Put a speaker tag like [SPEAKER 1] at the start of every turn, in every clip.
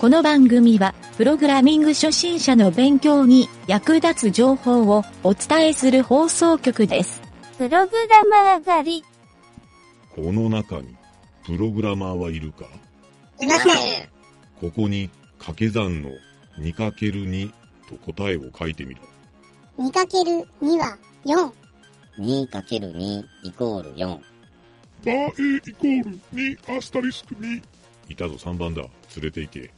[SPEAKER 1] この番組は、プログラミング初心者の勉強に役立つ情報をお伝えする放送局です。
[SPEAKER 2] プログラマー狩り。
[SPEAKER 3] この中に、プログラマーはいるか
[SPEAKER 4] いません。
[SPEAKER 3] ここに、掛け算の 2×2 と答えを書いてみろ。
[SPEAKER 4] 2×2 は4。
[SPEAKER 5] 2×2 イコール4。
[SPEAKER 6] バー A イコール2アスタリスク2。
[SPEAKER 3] いたぞ3番だ。連れて行け。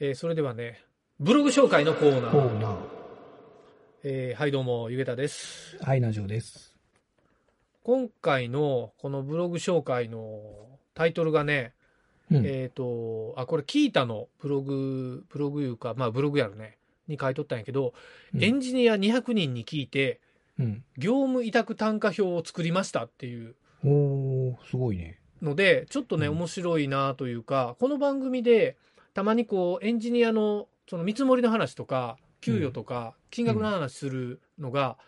[SPEAKER 7] えーそれではね、ブログ紹介のコーナ
[SPEAKER 8] コ
[SPEAKER 7] ー。
[SPEAKER 8] ーナー。
[SPEAKER 7] えーはい、どうも、ゆげたです。
[SPEAKER 8] はい、ナジョです。
[SPEAKER 7] 今回のこのブログ紹介のタイトルがね、
[SPEAKER 8] うん。
[SPEAKER 7] えっ、と、あ、これ、キータのブログ、ブログいうか、まあ、ブログやるね、に書いとったんやけど、
[SPEAKER 8] うん
[SPEAKER 7] エンジニア200人に聞いて、
[SPEAKER 8] うん。
[SPEAKER 7] 業務委託単価表を作りましたっていう
[SPEAKER 8] おー、すごいね。
[SPEAKER 7] ので、ちょっとね、
[SPEAKER 8] うん
[SPEAKER 7] 面白いなというか、この番組で、たまにこう、エンジニアの、その見積もりの話とか、給与とか、金額の話するのが、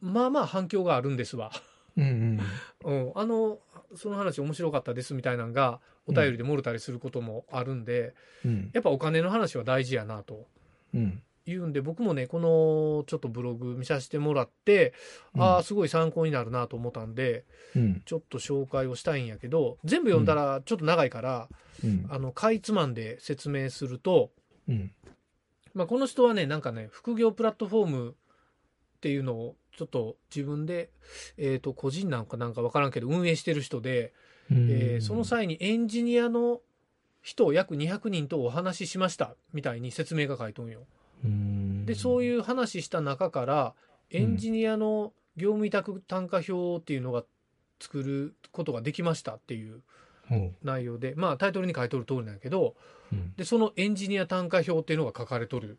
[SPEAKER 7] まあまあ反響があるんですわ。
[SPEAKER 8] うんうん。
[SPEAKER 7] うん、あの、その話面白かったですみたいなのが、お便りで漏れたりすることもあるんで、
[SPEAKER 8] うん。
[SPEAKER 7] やっぱお金の話は大事やなと。
[SPEAKER 8] うん。
[SPEAKER 7] いうんで、僕もね、このちょっとブログ見させてもらって、
[SPEAKER 8] うん
[SPEAKER 7] ああ、すごい参考になるなと思ったんで、
[SPEAKER 8] うん。
[SPEAKER 7] ちょっと紹介をしたいんやけど、全部読んだらちょっと長いから、
[SPEAKER 8] うん。
[SPEAKER 7] あの、かいつまんで説明すると、
[SPEAKER 8] うん。
[SPEAKER 7] まあ、この人はね、なんかね、副業プラットフォームっていうのを、ちょっと自分で、えっ、と、個人なんかなんかわからんけど、運営してる人で、えーその際にエンジニアの人約200人とお話ししましたみたいに説明が書いとんよ。
[SPEAKER 8] うん、
[SPEAKER 7] でそう
[SPEAKER 8] う
[SPEAKER 7] いう話した中からエンジニアの業務委託単価表っていうのが作ることができましたっていう
[SPEAKER 8] うん。
[SPEAKER 7] 内容でまあタイトルに書いとる通りなんやけど
[SPEAKER 8] うん。
[SPEAKER 7] でそのエンジニア単価表っていうのが書かれとる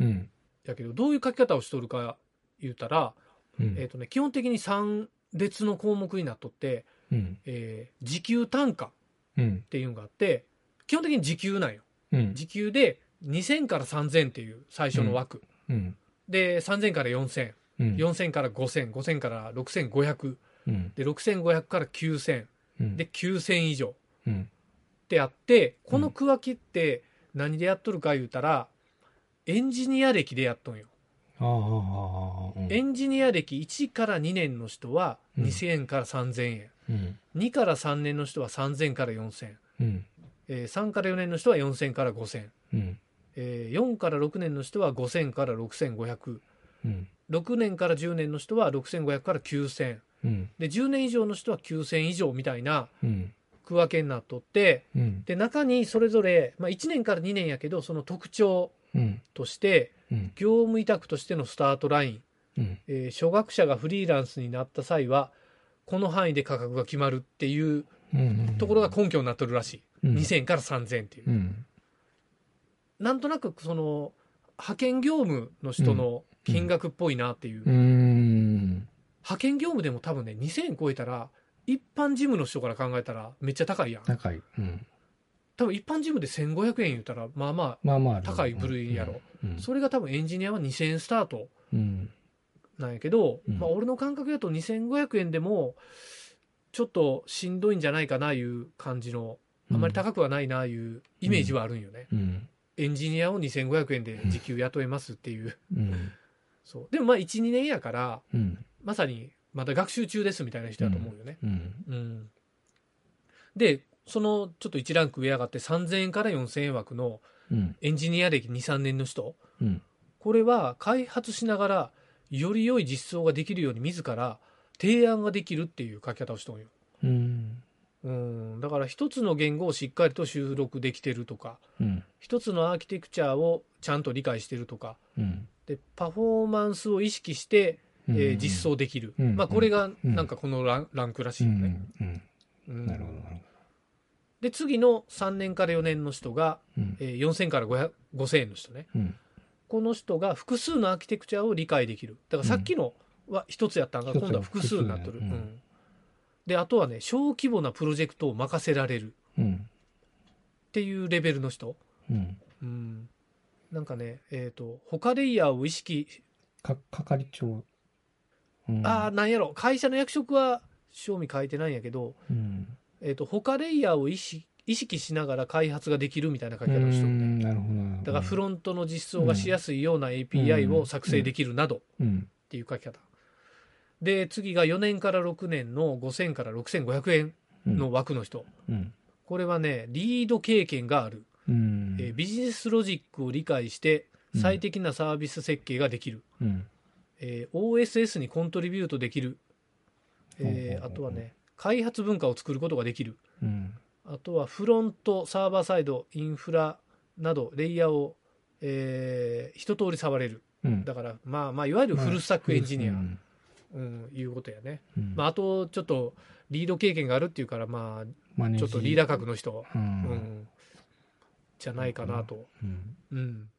[SPEAKER 8] うん。
[SPEAKER 7] やけどどういう書き方をしとるか言うたら、
[SPEAKER 8] うん。
[SPEAKER 7] えーとね、基本的に3列の項目になっとって、
[SPEAKER 8] うん。
[SPEAKER 7] えー時給単価っ
[SPEAKER 8] うん。
[SPEAKER 7] ていうのがあって基本的に時給なんよ。
[SPEAKER 8] うん。
[SPEAKER 7] 時給で2000から3000っていう最初の枠、
[SPEAKER 8] うん。
[SPEAKER 7] で3000から40004000
[SPEAKER 8] うん。
[SPEAKER 7] から50005000から6500
[SPEAKER 8] うん。
[SPEAKER 7] で6500から9000
[SPEAKER 8] うん。
[SPEAKER 7] で9000以上っ
[SPEAKER 8] うん。
[SPEAKER 7] てあってこの区分けって何でやっとるか言うたらエンジニア歴でやっとんよ、
[SPEAKER 8] ああ、ああ、ああ。
[SPEAKER 7] エンジニア歴1から2年の人は
[SPEAKER 8] うん
[SPEAKER 7] 2000から3000円、
[SPEAKER 8] うん。
[SPEAKER 7] 2から3年の人は3000から4000、
[SPEAKER 8] うん。
[SPEAKER 7] えー3から4年の人は4000から5000、
[SPEAKER 8] うん。
[SPEAKER 7] えー4から6年の人は5000から6500
[SPEAKER 8] うん。
[SPEAKER 7] 6年から10年の人は6500から9000
[SPEAKER 8] うん。
[SPEAKER 7] で10年以上の人は9000以上みたいな
[SPEAKER 8] うん。
[SPEAKER 7] 区分けになっとって
[SPEAKER 8] うん。
[SPEAKER 7] で中にそれぞれ、まあ、1年から2年やけどその特徴
[SPEAKER 8] うん。
[SPEAKER 7] として
[SPEAKER 8] うん。
[SPEAKER 7] 業務委託としてのスタートライン、
[SPEAKER 8] うん。
[SPEAKER 7] えー初学者がフリーランスになった際はこの範囲で価格が決まるっていう
[SPEAKER 8] うん。
[SPEAKER 7] ところが根拠になっとるらしい、
[SPEAKER 8] うん。
[SPEAKER 7] 2000から3000っていう、
[SPEAKER 8] うん。
[SPEAKER 7] なんとなくその派遣業務の人の金額っぽいなっていう
[SPEAKER 8] うん。
[SPEAKER 7] 派遣業務でも多分ね2000円超えたら一般事務の人から考えたらめっちゃ高いやん
[SPEAKER 8] 高い。うん。
[SPEAKER 7] 多分一般事務で1500円言うたらまあま
[SPEAKER 8] まあまあ。
[SPEAKER 7] あ高い部類やろ、。
[SPEAKER 8] うん。
[SPEAKER 7] それが多分エンジニアは2000円スタート
[SPEAKER 8] うん。
[SPEAKER 7] なんやけど、
[SPEAKER 8] うん
[SPEAKER 7] まあ俺の感覚だと2500円でもちょっとしんどいんじゃないかないう感じのあまり高くはないないうイメージはあるんよね、
[SPEAKER 8] うん。
[SPEAKER 7] エンジニアを2500円で時給雇えますっていう
[SPEAKER 8] うん。
[SPEAKER 7] そうでもまあ12年やから
[SPEAKER 8] うん。
[SPEAKER 7] まさにまた学習中ですみたいな人だと思うよね、
[SPEAKER 8] うん。
[SPEAKER 7] うん、でそのちょっと1ランク上上がって3000円から4000円枠の
[SPEAKER 8] うん。
[SPEAKER 7] エンジニア歴23年の人
[SPEAKER 8] うん。
[SPEAKER 7] これは開発しながらより良い実装ができるように自ら提案ができるっていう書き方をしとんよ
[SPEAKER 8] うん。
[SPEAKER 7] うんだから一つの言語をしっかりと収録できてるとか
[SPEAKER 8] うん。
[SPEAKER 7] 一つのアーキテクチャをちゃんと理解してるとか
[SPEAKER 8] うん。
[SPEAKER 7] でパフォーマンスを意識して、えー実装できる、
[SPEAKER 8] うん
[SPEAKER 7] まあ、これがなんかこのラン,、ランクらしいよね、
[SPEAKER 8] うん。
[SPEAKER 7] うん
[SPEAKER 8] なるほど、なるほ
[SPEAKER 7] で次の3年から4年の人が、
[SPEAKER 8] ど。うん。
[SPEAKER 7] えー4000から500 5000円の人ね
[SPEAKER 8] うん。
[SPEAKER 7] この人が複数のアーキテクチャを理解できるだからさっきのは一つやったんが、
[SPEAKER 8] 一つ
[SPEAKER 7] 今度は複数になっとる、
[SPEAKER 8] 複数
[SPEAKER 7] う
[SPEAKER 8] ね
[SPEAKER 7] んであとはね小規模なプロジェクトを任せられる
[SPEAKER 8] うん。
[SPEAKER 7] っていうレベルの人、
[SPEAKER 8] うん。
[SPEAKER 7] うん、なんかねえっ、と他レイヤーを意識
[SPEAKER 8] か、係長。うん
[SPEAKER 7] ああ、なんやろ、会社の役職は賞味変えてないんやけど、
[SPEAKER 8] うん
[SPEAKER 7] えっ、と、他レイヤーを意識意識しながら開発ができるみたいな書
[SPEAKER 8] う
[SPEAKER 7] き方をしとるね。
[SPEAKER 8] んなるほどなるほ
[SPEAKER 7] だ
[SPEAKER 8] ど
[SPEAKER 7] からフロントの実装がしやすいような API を作成できるなどっ
[SPEAKER 8] うん
[SPEAKER 7] ていう書き方。で、次が4年から6年の5000から6500円
[SPEAKER 8] うん
[SPEAKER 7] の枠の人。
[SPEAKER 8] うん
[SPEAKER 7] これはね、リード経験がある。
[SPEAKER 8] うん
[SPEAKER 7] えービジネスロジックを理解して
[SPEAKER 8] うん
[SPEAKER 7] 最適なサービス設計ができる、
[SPEAKER 8] うん
[SPEAKER 7] えー OSS にコントリビュートできる、えー
[SPEAKER 8] ほうほうほ
[SPEAKER 7] あ
[SPEAKER 8] う
[SPEAKER 7] とはね開発文化を作ることができる
[SPEAKER 8] うん
[SPEAKER 7] あとはフロントサーバーサイドインフラなどレイヤーを、えー一通り触れる
[SPEAKER 8] うん
[SPEAKER 7] だからまあまあいわゆるフルスタックエンジニア、
[SPEAKER 8] う
[SPEAKER 7] うん
[SPEAKER 8] ん
[SPEAKER 7] いうことやね、
[SPEAKER 8] うん
[SPEAKER 7] まあ、あとちょっとリード経験があるっていうからま
[SPEAKER 8] マ
[SPEAKER 7] あ
[SPEAKER 8] ネー
[SPEAKER 7] ち
[SPEAKER 8] ジ
[SPEAKER 7] ょっとリーダー格の人、
[SPEAKER 8] う
[SPEAKER 7] うんん、じゃないかなと。
[SPEAKER 8] うん
[SPEAKER 7] うん、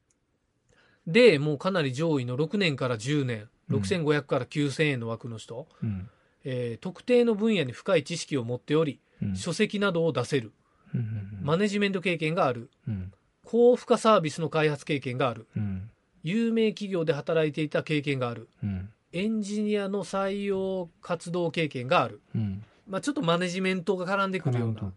[SPEAKER 7] でもうかなり上位の6年から10年6500から9000円の枠の人、
[SPEAKER 8] うん
[SPEAKER 7] えー特定の分野に深い知識を持っており
[SPEAKER 8] うん
[SPEAKER 7] 書籍などを出せる
[SPEAKER 8] うん
[SPEAKER 7] マネジメント経験がある
[SPEAKER 8] うん
[SPEAKER 7] 高負荷サービスの開発経験がある
[SPEAKER 8] うん
[SPEAKER 7] 有名企業で働いていた経験がある
[SPEAKER 8] うん
[SPEAKER 7] エンジニアの採用活動経験がある、
[SPEAKER 8] うん
[SPEAKER 7] まあ、ちょっとマネジメントが絡んでくるような、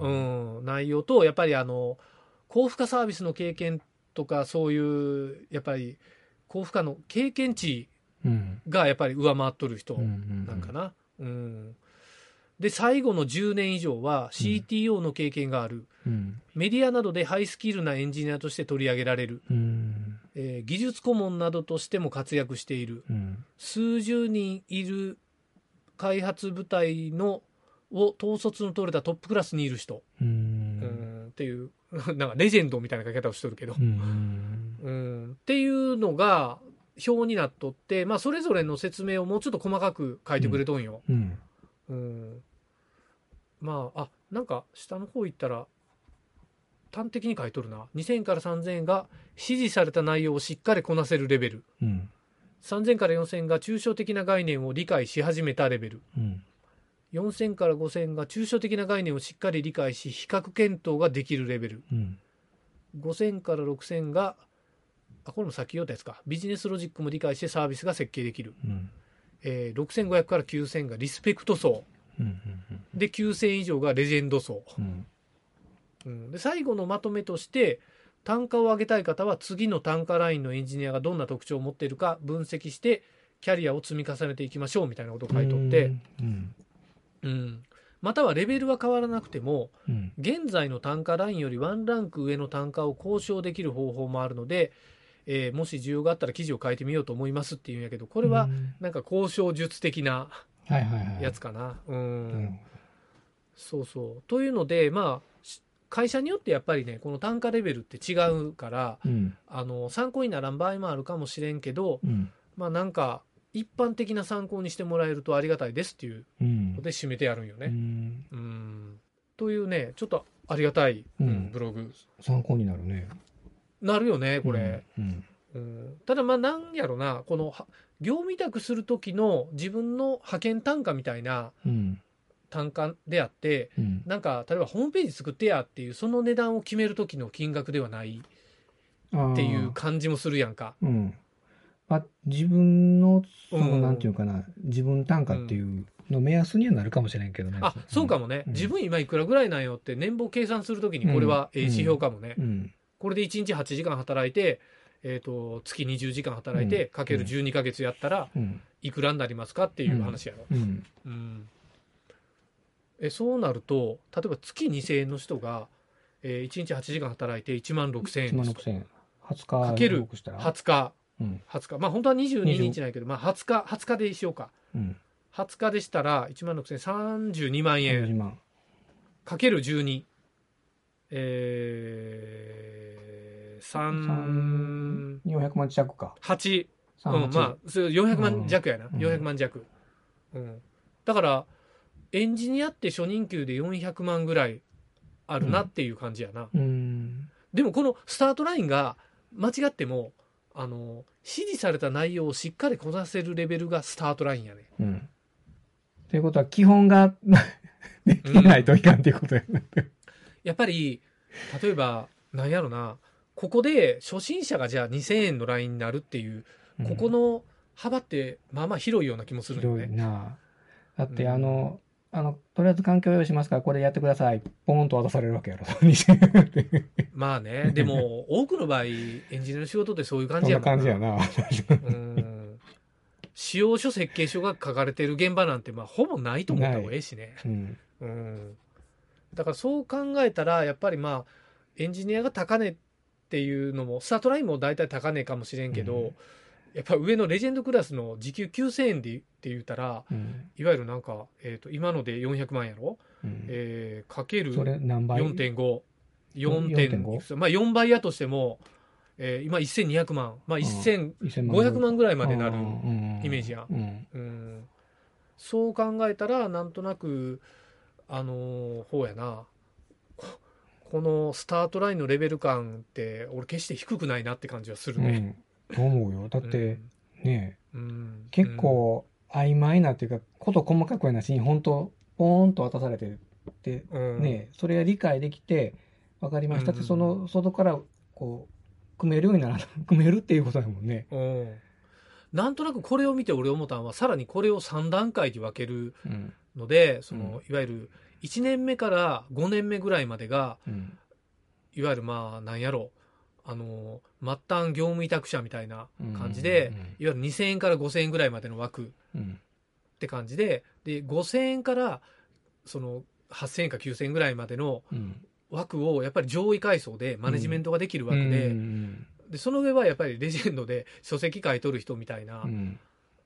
[SPEAKER 7] う
[SPEAKER 8] うん
[SPEAKER 7] ん、内容とやっぱりあの高負荷サービスの経験とかそういうやっぱり高負荷の経験値
[SPEAKER 8] うん
[SPEAKER 7] がやっぱり上回っとる人
[SPEAKER 8] うん
[SPEAKER 7] なんかな。うんで最後の10年以上は CTO の経験がある、
[SPEAKER 8] うん
[SPEAKER 7] メディアなどでハイスキルなエンジニアとして取り上げられる、
[SPEAKER 8] うん
[SPEAKER 7] えー技術顧問などとしても活躍している
[SPEAKER 8] うん
[SPEAKER 7] 数十人いる開発部隊のを統率の取れたトップクラスにいる人、う
[SPEAKER 8] う
[SPEAKER 7] んんっていう、 なんかレジェンドみたいな書き方をしてるけど、
[SPEAKER 8] うん
[SPEAKER 7] うんっていうのが表になっとって、まあ、それぞれの説明をもうちょっと細かく書いてくれとんよ。
[SPEAKER 8] うん
[SPEAKER 7] うんまあ、あなんか下の方行ったら、端的に書いとるな。2000から3000円が指示された内容をしっかりこなせるレベル。
[SPEAKER 8] うん
[SPEAKER 7] 3000から4000円が抽象的な概念を理解し始めたレベル。
[SPEAKER 8] うん
[SPEAKER 7] 4000から5000が抽象的な概念をしっかり理解し、比較検討ができるレベル。
[SPEAKER 8] うん
[SPEAKER 7] 5000から6000が、あ、これも先言ったやつか。ビジネスロジックも理解してサービスが設計できる。
[SPEAKER 8] うん
[SPEAKER 7] えー6500から9000がリスペクト層。
[SPEAKER 8] うん
[SPEAKER 7] で、9000以上がレジェンド層。
[SPEAKER 8] うん
[SPEAKER 7] うんで、最後のまとめとして、単価を上げたい方は次の単価ラインのエンジニアがどんな特徴を持っているか分析して、キャリアを積み重ねていきましょうみたいなことを書いとって、
[SPEAKER 8] うん
[SPEAKER 7] うんまたはレベルは変わらなくても、
[SPEAKER 8] うん
[SPEAKER 7] 現在の単価ラインよりワンランク上の単価を交渉できる方法もあるので、えーもし需要があったら記事を変えてみようと思いますっていうんやけどこ
[SPEAKER 8] こ
[SPEAKER 7] れはなんか交渉術的な
[SPEAKER 8] はいはいはい
[SPEAKER 7] やつかな。う
[SPEAKER 8] なる
[SPEAKER 7] んそうそうというのでまあし会社によってやっぱりねこの単価レベルって違うから
[SPEAKER 8] ほどうん
[SPEAKER 7] あの参考にならん場合もあるかもしれんけど
[SPEAKER 8] うん
[SPEAKER 7] まあなんか一般的な参考にしてもらえるとありがたいですっていう
[SPEAKER 8] うん
[SPEAKER 7] ので締めてやるんよ
[SPEAKER 8] う
[SPEAKER 7] ね。
[SPEAKER 8] ん
[SPEAKER 7] うんというねちょっとありがたい、
[SPEAKER 8] うん
[SPEAKER 7] うんブログ
[SPEAKER 8] 参考になるね
[SPEAKER 7] なるよねこれ。
[SPEAKER 8] うん
[SPEAKER 7] うんただまあなんやろなこのは業務委託する時の自分の派遣単価みたいな
[SPEAKER 8] うん
[SPEAKER 7] 単価であって
[SPEAKER 8] うん
[SPEAKER 7] なんか例えばホームページ作ってやっていうその値段を決める時の金額ではない
[SPEAKER 8] っ
[SPEAKER 7] っていう感じもするやんか
[SPEAKER 8] うん。まあ、自分の、そ
[SPEAKER 7] うんう
[SPEAKER 8] の、
[SPEAKER 7] ん
[SPEAKER 8] なんていうかな、自分単価っていうの目安にはなるかもしれんけどね。
[SPEAKER 7] あそうかもね、
[SPEAKER 8] うん
[SPEAKER 7] 自分今いくらぐらいなんよって年俸計算する時にこれはええ
[SPEAKER 8] うん
[SPEAKER 7] 指標かもね、
[SPEAKER 8] うん。
[SPEAKER 7] これで1日8時間働いて、えー、と月20時間働いて、
[SPEAKER 8] うん
[SPEAKER 7] かける12ヶ月やったら
[SPEAKER 8] うん。
[SPEAKER 7] いくらになりますかっていう話やろ、
[SPEAKER 8] うん。
[SPEAKER 7] うん、えそうなると例えば月2000円の人が、えー1日8時間働いて1万6000円
[SPEAKER 8] 1
[SPEAKER 7] で
[SPEAKER 8] 万
[SPEAKER 7] す
[SPEAKER 8] 6000
[SPEAKER 7] と
[SPEAKER 8] 円。20日
[SPEAKER 7] かける
[SPEAKER 8] 登録したら
[SPEAKER 7] 20日
[SPEAKER 8] うん。
[SPEAKER 7] 20日まあ本当は22日ないけど、まあ、20日20日でしようか
[SPEAKER 8] うん。
[SPEAKER 7] 20日でしたら1万6000円32万円
[SPEAKER 8] 40万。
[SPEAKER 7] かける12えー、
[SPEAKER 8] 400万弱か。
[SPEAKER 7] 38
[SPEAKER 8] 38
[SPEAKER 7] うん、まあ、それ400万弱やな、
[SPEAKER 8] うん
[SPEAKER 7] 400万弱。うん。だから、エンジニアって初任給で400万ぐらいあるなっていう感じやな。
[SPEAKER 8] うん。
[SPEAKER 7] でも、このスタートラインが間違っても、あの、指示された内容をしっかりこなせるレベルがスタートラインやね。
[SPEAKER 8] うん。ということは、基本が できないといかんっていうことやね。
[SPEAKER 7] やっぱり、例えば、なんやろな、ここで初心者がじゃあ2000円のラインになるっていう、ここの幅ってまあまあ広いような気もするよ
[SPEAKER 8] 広い
[SPEAKER 7] ね。
[SPEAKER 8] なだって、
[SPEAKER 7] うん
[SPEAKER 8] あの、あの、とりあえず環境用意しますから、これやってください。ポーンと渡されるわけ やろ。
[SPEAKER 7] まあ ね、でも多くの場合、エンジニアの仕事ってそういう感
[SPEAKER 8] そ
[SPEAKER 7] じ
[SPEAKER 8] ん
[SPEAKER 7] や
[SPEAKER 8] な
[SPEAKER 7] もん
[SPEAKER 8] 感じやな。
[SPEAKER 7] うん。使用書設計書が書かれてる現場なんて、まあ、ほぼないと思った方がええしね。
[SPEAKER 8] うん。
[SPEAKER 7] うん。だからそう考えたら、やっぱりまあ、エンジニアが高値っていうのも、スタートラインも大体高値かもしれんけど、
[SPEAKER 8] うん
[SPEAKER 7] やっぱ上のレジェンドクラスの時給9000円でって言ったら、
[SPEAKER 8] うん。
[SPEAKER 7] いわゆるなんか、えっ、と、今ので400万やろ
[SPEAKER 8] うん
[SPEAKER 7] えー、かける
[SPEAKER 8] それ何倍
[SPEAKER 7] 4.5。
[SPEAKER 8] 4.5
[SPEAKER 7] 4.5。まあ4倍やとしても、えー今1200万。まあ1500
[SPEAKER 8] 1000
[SPEAKER 7] 500万ぐらいまでなる。
[SPEAKER 8] イ
[SPEAKER 7] イメージや
[SPEAKER 8] うん。
[SPEAKER 7] うん、そう考えたらなんとなくあのー方やなここのスタートラインのレベル感って俺決して低くないなって感じはする
[SPEAKER 8] う
[SPEAKER 7] ね。
[SPEAKER 8] ん。と思うよ。だって、ね
[SPEAKER 7] うん、うん
[SPEAKER 8] 結構曖昧なっていうか、こと細かくやなしに、本当ポーンと渡されて、で、
[SPEAKER 7] うん
[SPEAKER 8] ね、それが理解できて、分かりましたっ
[SPEAKER 7] うん
[SPEAKER 8] て、
[SPEAKER 7] うん
[SPEAKER 8] その、外から、こう、組めるようにならな、組めるっていう ことだもんね。
[SPEAKER 7] うんなんとなくこれを見て俺思ったのはさらにこれを3段階に分ける
[SPEAKER 8] うん。
[SPEAKER 7] のでその、
[SPEAKER 8] う
[SPEAKER 7] いわゆる1年目から5年目ぐらいまでが
[SPEAKER 8] うん。
[SPEAKER 7] いわゆるまあなんやろあのー末端業務委託者みたいな感じで、いわゆる2000円から5000円ぐらいまでの枠
[SPEAKER 8] うん、うん。
[SPEAKER 7] って感じでで5000円からその8000円か9000円ぐらいまでの
[SPEAKER 8] うん。
[SPEAKER 7] 枠をやっぱり上位階層でマネジメントができる枠で,、
[SPEAKER 8] うん
[SPEAKER 7] でその上はやっぱりレジェンドで書籍買い取る人みたいな、
[SPEAKER 8] うん。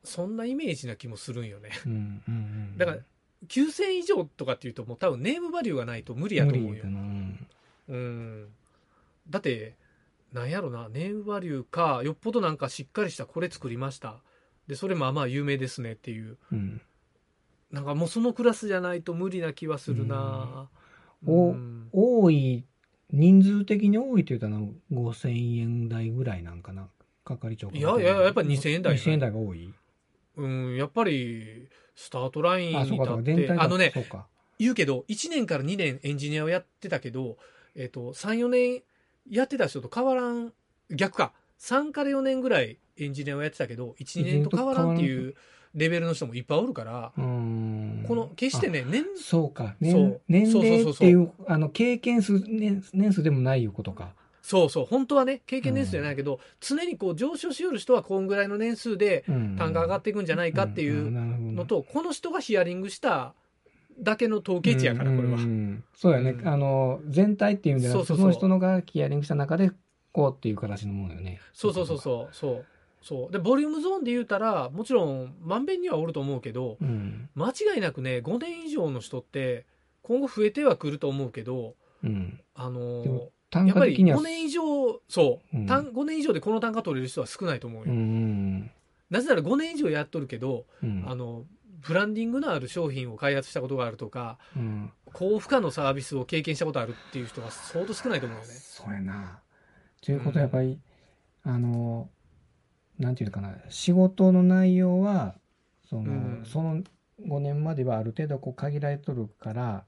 [SPEAKER 7] そんなイメージな気もするんよね
[SPEAKER 8] うん。うん。
[SPEAKER 7] だから9000円以上とかっていうともう多分ネームバリューがないと無理やと
[SPEAKER 8] 無
[SPEAKER 7] 思う
[SPEAKER 8] 理
[SPEAKER 7] よ
[SPEAKER 8] だな。うん
[SPEAKER 7] うんだってなんやろなネームバリューかよっぽどなんかしっかりしたこれ作りましたでそれまあまあ有名ですねっていう
[SPEAKER 8] うん。
[SPEAKER 7] なんかもうそのクラスじゃないと無理な気はするな、
[SPEAKER 8] うんお
[SPEAKER 7] うん
[SPEAKER 8] 多い、人数的に多いというとな、5000円台ぐらいなんかな。係長
[SPEAKER 7] いやいややっぱ2000円台
[SPEAKER 8] 2000円台が多い。
[SPEAKER 7] うんやっぱりスタートラインに
[SPEAKER 8] あ、そうか、
[SPEAKER 7] 立
[SPEAKER 8] そ
[SPEAKER 7] っ
[SPEAKER 8] うか、
[SPEAKER 7] てあ
[SPEAKER 8] が
[SPEAKER 7] のね
[SPEAKER 8] そうか。
[SPEAKER 7] 言うけど1年から2年エンジニアをやってたけど、えっと34年やってた人と変わらん逆か3から4年ぐらいエンジニアをやってたけど12年と変わらんっていうレベルの人もいっぱいおるから、
[SPEAKER 8] うーん。
[SPEAKER 7] この決してね年
[SPEAKER 8] あ。そうか。年
[SPEAKER 7] そう
[SPEAKER 8] 年
[SPEAKER 7] そうそうそ
[SPEAKER 8] 齢
[SPEAKER 7] う
[SPEAKER 8] っ
[SPEAKER 7] そう
[SPEAKER 8] ていう、あの、経験数、年年数でもないいうことか。
[SPEAKER 7] そうそう本当はね経験年数じゃないけど、常にこう上昇しうる人はこんぐらいの年数で
[SPEAKER 8] うん
[SPEAKER 7] 単価上がっていくんじゃないかっていう。
[SPEAKER 8] んんなるほど
[SPEAKER 7] のと、この人がヒアリングしただけの統計値やから、これは
[SPEAKER 8] うん。うんそうやね、
[SPEAKER 7] うん
[SPEAKER 8] あの全体っていうんじゃなくて
[SPEAKER 7] そ
[SPEAKER 8] そう
[SPEAKER 7] そうそう
[SPEAKER 8] の人のがヒアリングした中でこうっていう形のものよね
[SPEAKER 7] そうそうそうそう、そう。そう。で、ボリュームゾーンで言うたら、もちろん、まんべんにはおると思うけど、
[SPEAKER 8] うん
[SPEAKER 7] 間違いなくね、5年以上の人って、今後増えてはくると思うけど、
[SPEAKER 8] うん
[SPEAKER 7] あ
[SPEAKER 8] で
[SPEAKER 7] の
[SPEAKER 8] も単
[SPEAKER 7] やっ
[SPEAKER 8] 価
[SPEAKER 7] ぱり
[SPEAKER 8] 的には
[SPEAKER 7] 5年以上、そう、
[SPEAKER 8] うん
[SPEAKER 7] 単5年以上でこの単価取れる人は少ないと思うよ。
[SPEAKER 8] うん
[SPEAKER 7] なぜなら5年以上やっとるけど、
[SPEAKER 8] うん
[SPEAKER 7] あの、ブランディングのある商品を開発したことがあるとか、
[SPEAKER 8] うん
[SPEAKER 7] 高負荷のサービスを経験したことあるっていう人が相当少ないと思うよね。
[SPEAKER 8] そうやなということはやっぱり、あのなんていうのかな仕事の内容はその,、
[SPEAKER 7] うん
[SPEAKER 8] その5年まではある程度こう限られとるから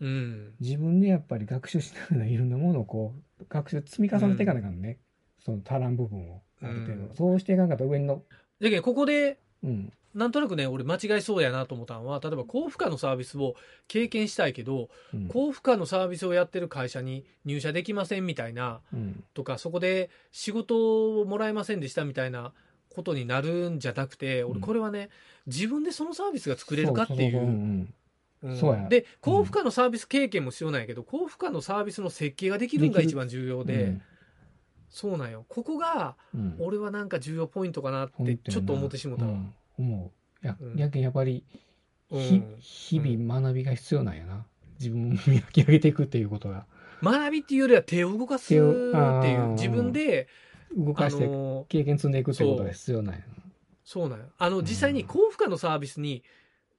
[SPEAKER 7] うん。
[SPEAKER 8] 自分でやっぱり学習しながらいろんなものをこう学習積み重ねていかなあかんね、その足らん部分をある程度、
[SPEAKER 7] うん
[SPEAKER 8] そうしていかなかったら上の
[SPEAKER 7] だけど、ここで、
[SPEAKER 8] うん
[SPEAKER 7] なんとなくね、俺間違いそうやなと思ったのは、例えば高負荷のサービスを経験したいけど、
[SPEAKER 8] うん
[SPEAKER 7] 高負荷のサービスをやってる会社に入社できませんみたいな、
[SPEAKER 8] うん
[SPEAKER 7] とか、そこで仕事をもらえませんでしたみたいなことになるんじゃなくて、
[SPEAKER 8] う
[SPEAKER 7] 俺
[SPEAKER 8] ん
[SPEAKER 7] これはね、自分でそのサービスが作れるかってい
[SPEAKER 8] そうそうそう
[SPEAKER 7] う。
[SPEAKER 8] ん
[SPEAKER 7] うん
[SPEAKER 8] そうや
[SPEAKER 7] で、高負荷のサービス経験も必要なんやけど、高負荷のサービスの設計ができるのが
[SPEAKER 8] できる
[SPEAKER 7] 一番重要で、そうなんよ。ここが、
[SPEAKER 8] うんうん
[SPEAKER 7] 俺はなんか重要ポイントかなっ
[SPEAKER 8] ほん
[SPEAKER 7] て、
[SPEAKER 8] やな
[SPEAKER 7] ちょっと思ってしもた
[SPEAKER 8] う
[SPEAKER 7] わ。
[SPEAKER 8] ん思うや,、
[SPEAKER 7] うん
[SPEAKER 8] やけんやっぱり
[SPEAKER 7] う
[SPEAKER 8] ひ
[SPEAKER 7] ん
[SPEAKER 8] 日々学びが必要なんやな自分を磨き上げていくっていうことが
[SPEAKER 7] 学びっていうよりは手を動かすって
[SPEAKER 8] 手
[SPEAKER 7] い
[SPEAKER 8] をあ
[SPEAKER 7] う
[SPEAKER 8] ー
[SPEAKER 7] 自分で
[SPEAKER 8] 動
[SPEAKER 7] あ
[SPEAKER 8] かして
[SPEAKER 7] の
[SPEAKER 8] 経験積んでいくっていうことが必要なんや
[SPEAKER 7] そうなんよあの
[SPEAKER 8] うん
[SPEAKER 7] 実際に高負荷のサービスに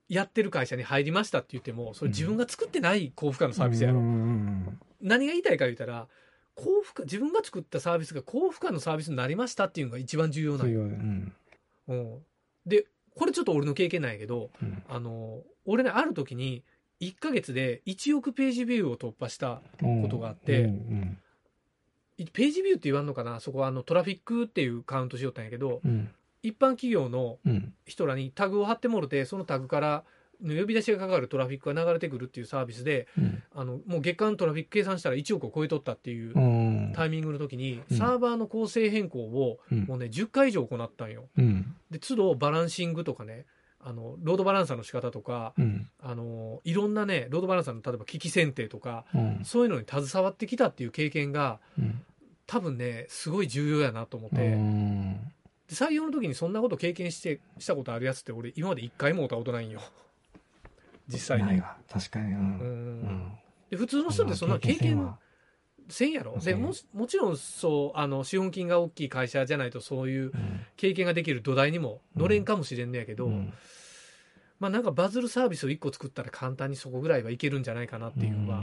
[SPEAKER 7] やってる会社に入りましたって言ってもそれ自分が作ってない高負荷のサービスやろ、
[SPEAKER 8] うんうんうん
[SPEAKER 7] 何が言いたいか言うたら高負荷自分が作ったサービスが高負荷のサービスになりましたっていうのが一番重要
[SPEAKER 8] うん
[SPEAKER 7] なん
[SPEAKER 8] 重
[SPEAKER 7] よ、
[SPEAKER 8] 要うん
[SPEAKER 7] うん、でこれちょっと俺の経験なんやけど
[SPEAKER 8] うん
[SPEAKER 7] あの俺ねある時に1ヶ月で1億ページビューを突破したことがあって
[SPEAKER 8] うん
[SPEAKER 7] ページビューって言わんのかなそこはあのトラフィックっていうカウントしよったんやけど
[SPEAKER 8] うん
[SPEAKER 7] 一般企業の
[SPEAKER 8] うん。
[SPEAKER 7] 人らにタグを貼ってもろてそのタグからの呼び出しがかかるトラフィックが流れてくるっていうサービスで
[SPEAKER 8] うん。
[SPEAKER 7] あのもう月間のトラフィック計算したら1億を超えとったっていう
[SPEAKER 8] うん。
[SPEAKER 7] タイミングの時に
[SPEAKER 8] うん
[SPEAKER 7] サーバーの構成変更を
[SPEAKER 8] うん
[SPEAKER 7] もうね10回以上行ったんよ。
[SPEAKER 8] うん。
[SPEAKER 7] で都度バランシングとかねあのロードバランサーの仕方とか
[SPEAKER 8] うん。
[SPEAKER 7] あのいろんなねロードバランサーの例えば機器選定とか
[SPEAKER 8] うん。
[SPEAKER 7] そういうのに携わってきたっていう経験が
[SPEAKER 8] うん。
[SPEAKER 7] 多分ねすごい重要やなと思って、
[SPEAKER 8] う
[SPEAKER 7] で
[SPEAKER 8] ん。
[SPEAKER 7] 採用の時にそんなこと経験してしたことあるやつって俺今まで一回も会ったことないんよ 実際
[SPEAKER 8] ない
[SPEAKER 7] に。
[SPEAKER 8] わ。確かに。う。
[SPEAKER 7] うん
[SPEAKER 8] うんん。
[SPEAKER 7] で普通の人ってそんな経験せんやろ
[SPEAKER 8] せ
[SPEAKER 7] で
[SPEAKER 8] ん
[SPEAKER 7] もしもちろんそうあの資本金が大きい会社じゃないとそういう経験ができる土台にも乗れんかもしれんねやけど、
[SPEAKER 8] うん
[SPEAKER 7] まあなんかバズるサービスを1個作ったら簡単にそこぐらいはいけるんじゃないかなっていうのは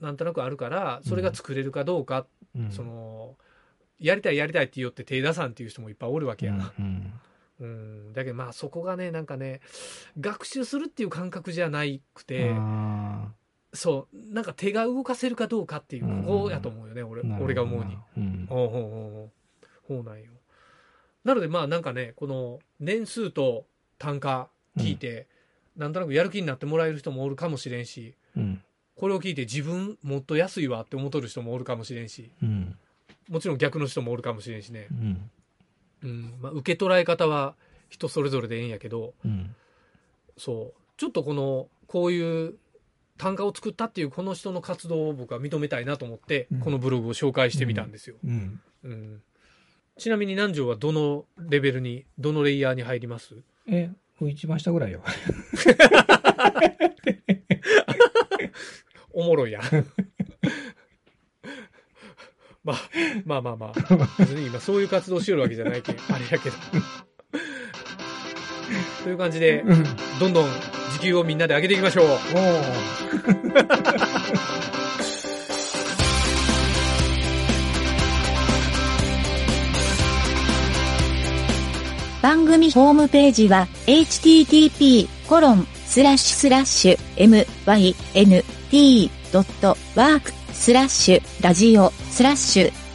[SPEAKER 7] なんとなくあるからそれが作れるかどうか、
[SPEAKER 8] うん
[SPEAKER 7] そのやりたいやりたいって言って手出さんっていう人もいっぱいおるわけやな、
[SPEAKER 8] うん
[SPEAKER 7] うんだけどまあそこがねなんかね学習するっていう感覚じゃないくて、
[SPEAKER 8] あ
[SPEAKER 7] そうなんか手が動かせるかどうかっていう
[SPEAKER 8] うん
[SPEAKER 7] ここやと思うよね、俺
[SPEAKER 8] ーなるほど
[SPEAKER 7] 俺が思うに。
[SPEAKER 8] うん
[SPEAKER 7] ほうほうほうほうほうなんよ。なのでまあなんかねこの年数と単価聞いて、なんとなくやる気になってもらえる人もおるかもしれんし
[SPEAKER 8] うん
[SPEAKER 7] これを聞いて自分もっと安いわって思っとる人もおるかもしれんし
[SPEAKER 8] うん
[SPEAKER 7] もちろん逆の人もおるかもしれんしね
[SPEAKER 8] う、ん
[SPEAKER 7] うんまあ、受け捉え方は人それぞれでええんやけど
[SPEAKER 8] うん
[SPEAKER 7] そうちょっとこのこういう単価を作ったっていうこの人の活動を僕は認めたいなと思って、
[SPEAKER 8] うん
[SPEAKER 7] このブログを紹介してみたんですよ。
[SPEAKER 8] うん
[SPEAKER 7] うんちなみに南條はどのレベルにどのレイヤーに入ります
[SPEAKER 8] え一番下ぐらいよ
[SPEAKER 7] おもろいやん まあまあまあまあ別に今そういう活動しよるわけじゃないけんあれやけどという感じで
[SPEAKER 8] うん
[SPEAKER 7] どんどん時給をみんなで上げていきましょう
[SPEAKER 8] おー
[SPEAKER 1] 番組ホームページは http://myn.t.work/.radio/. コロンスラッシュスラッシュ MYNT ドットワークスラッシュラジオスラッシュ